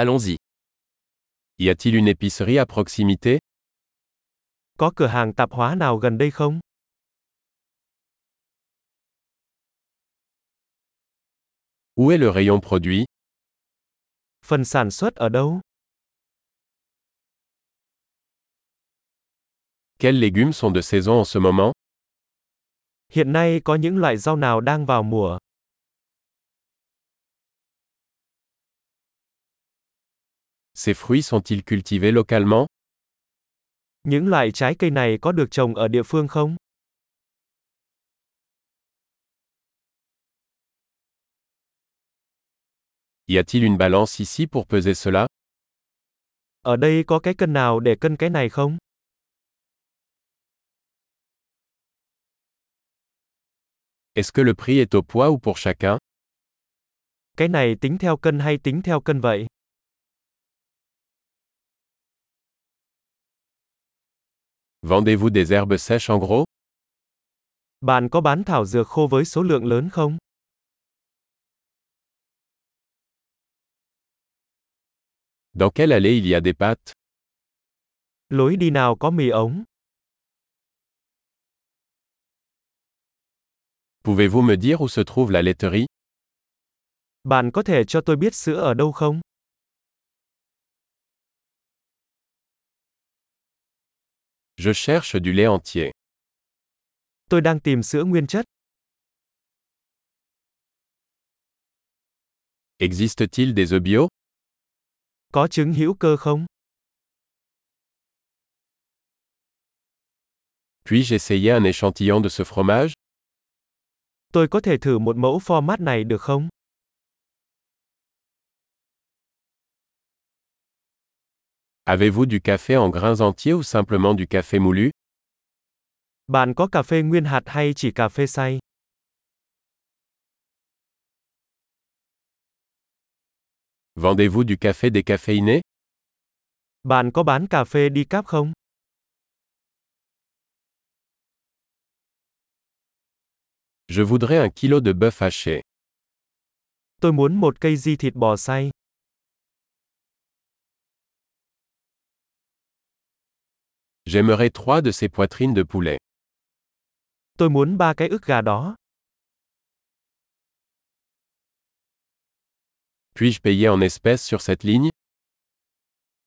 Allons-y. Y a-t-il une épicerie à proximité Có cửa hàng tạp hóa nào gần đây không? Où est le rayon produit Phần sản xuất ở đâu? Quels légumes sont de saison en ce moment Hiện nay có những loại rau nào đang vào mùa? Ces fruits sont-ils cultivés localement Những loại trái cây này có được trồng ở địa phương không? Y a-t-il une balance ici pour peser cela Ở đây có cái cân nào để cân cái này không? Est-ce que le prix est au poids ou pour chacun Cái này tính theo cân hay tính theo cân vậy? Vendez-vous des herbes sèches en gros Bạn có bán thảo dược khô với số lượng lớn không? Dans quelle allée il y a des pâtes Lối đi nào có mì ống? Pouvez-vous me dire où se trouve la laiterie Bạn có thể cho tôi biết sữa ở đâu không? Je cherche du lait entier. Tôi đang tìm sữa nguyên chất. Existe-t-il des œufs bio Có trứng hữu cơ không? Puis-je essayer un échantillon de ce fromage Tôi có thể thử một mẫu format này được không? Avez-vous du café en grains entiers ou simplement du café moulu Bạn có cà phê nguyên hạt hay chỉ cà phê xay? Vendez-vous du café décaféiné Bạn có bán cà phê đi cáp không? Je voudrais un kilo de bœuf haché. Tôi muốn một cây di thịt bò xay. J'aimerais trois de ces poitrines de poulet. Tôi muốn ba cái ức gà đó. Puis-je payer en espèces sur cette ligne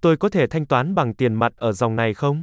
Tôi có thể thanh toán bằng tiền mặt ở dòng này không?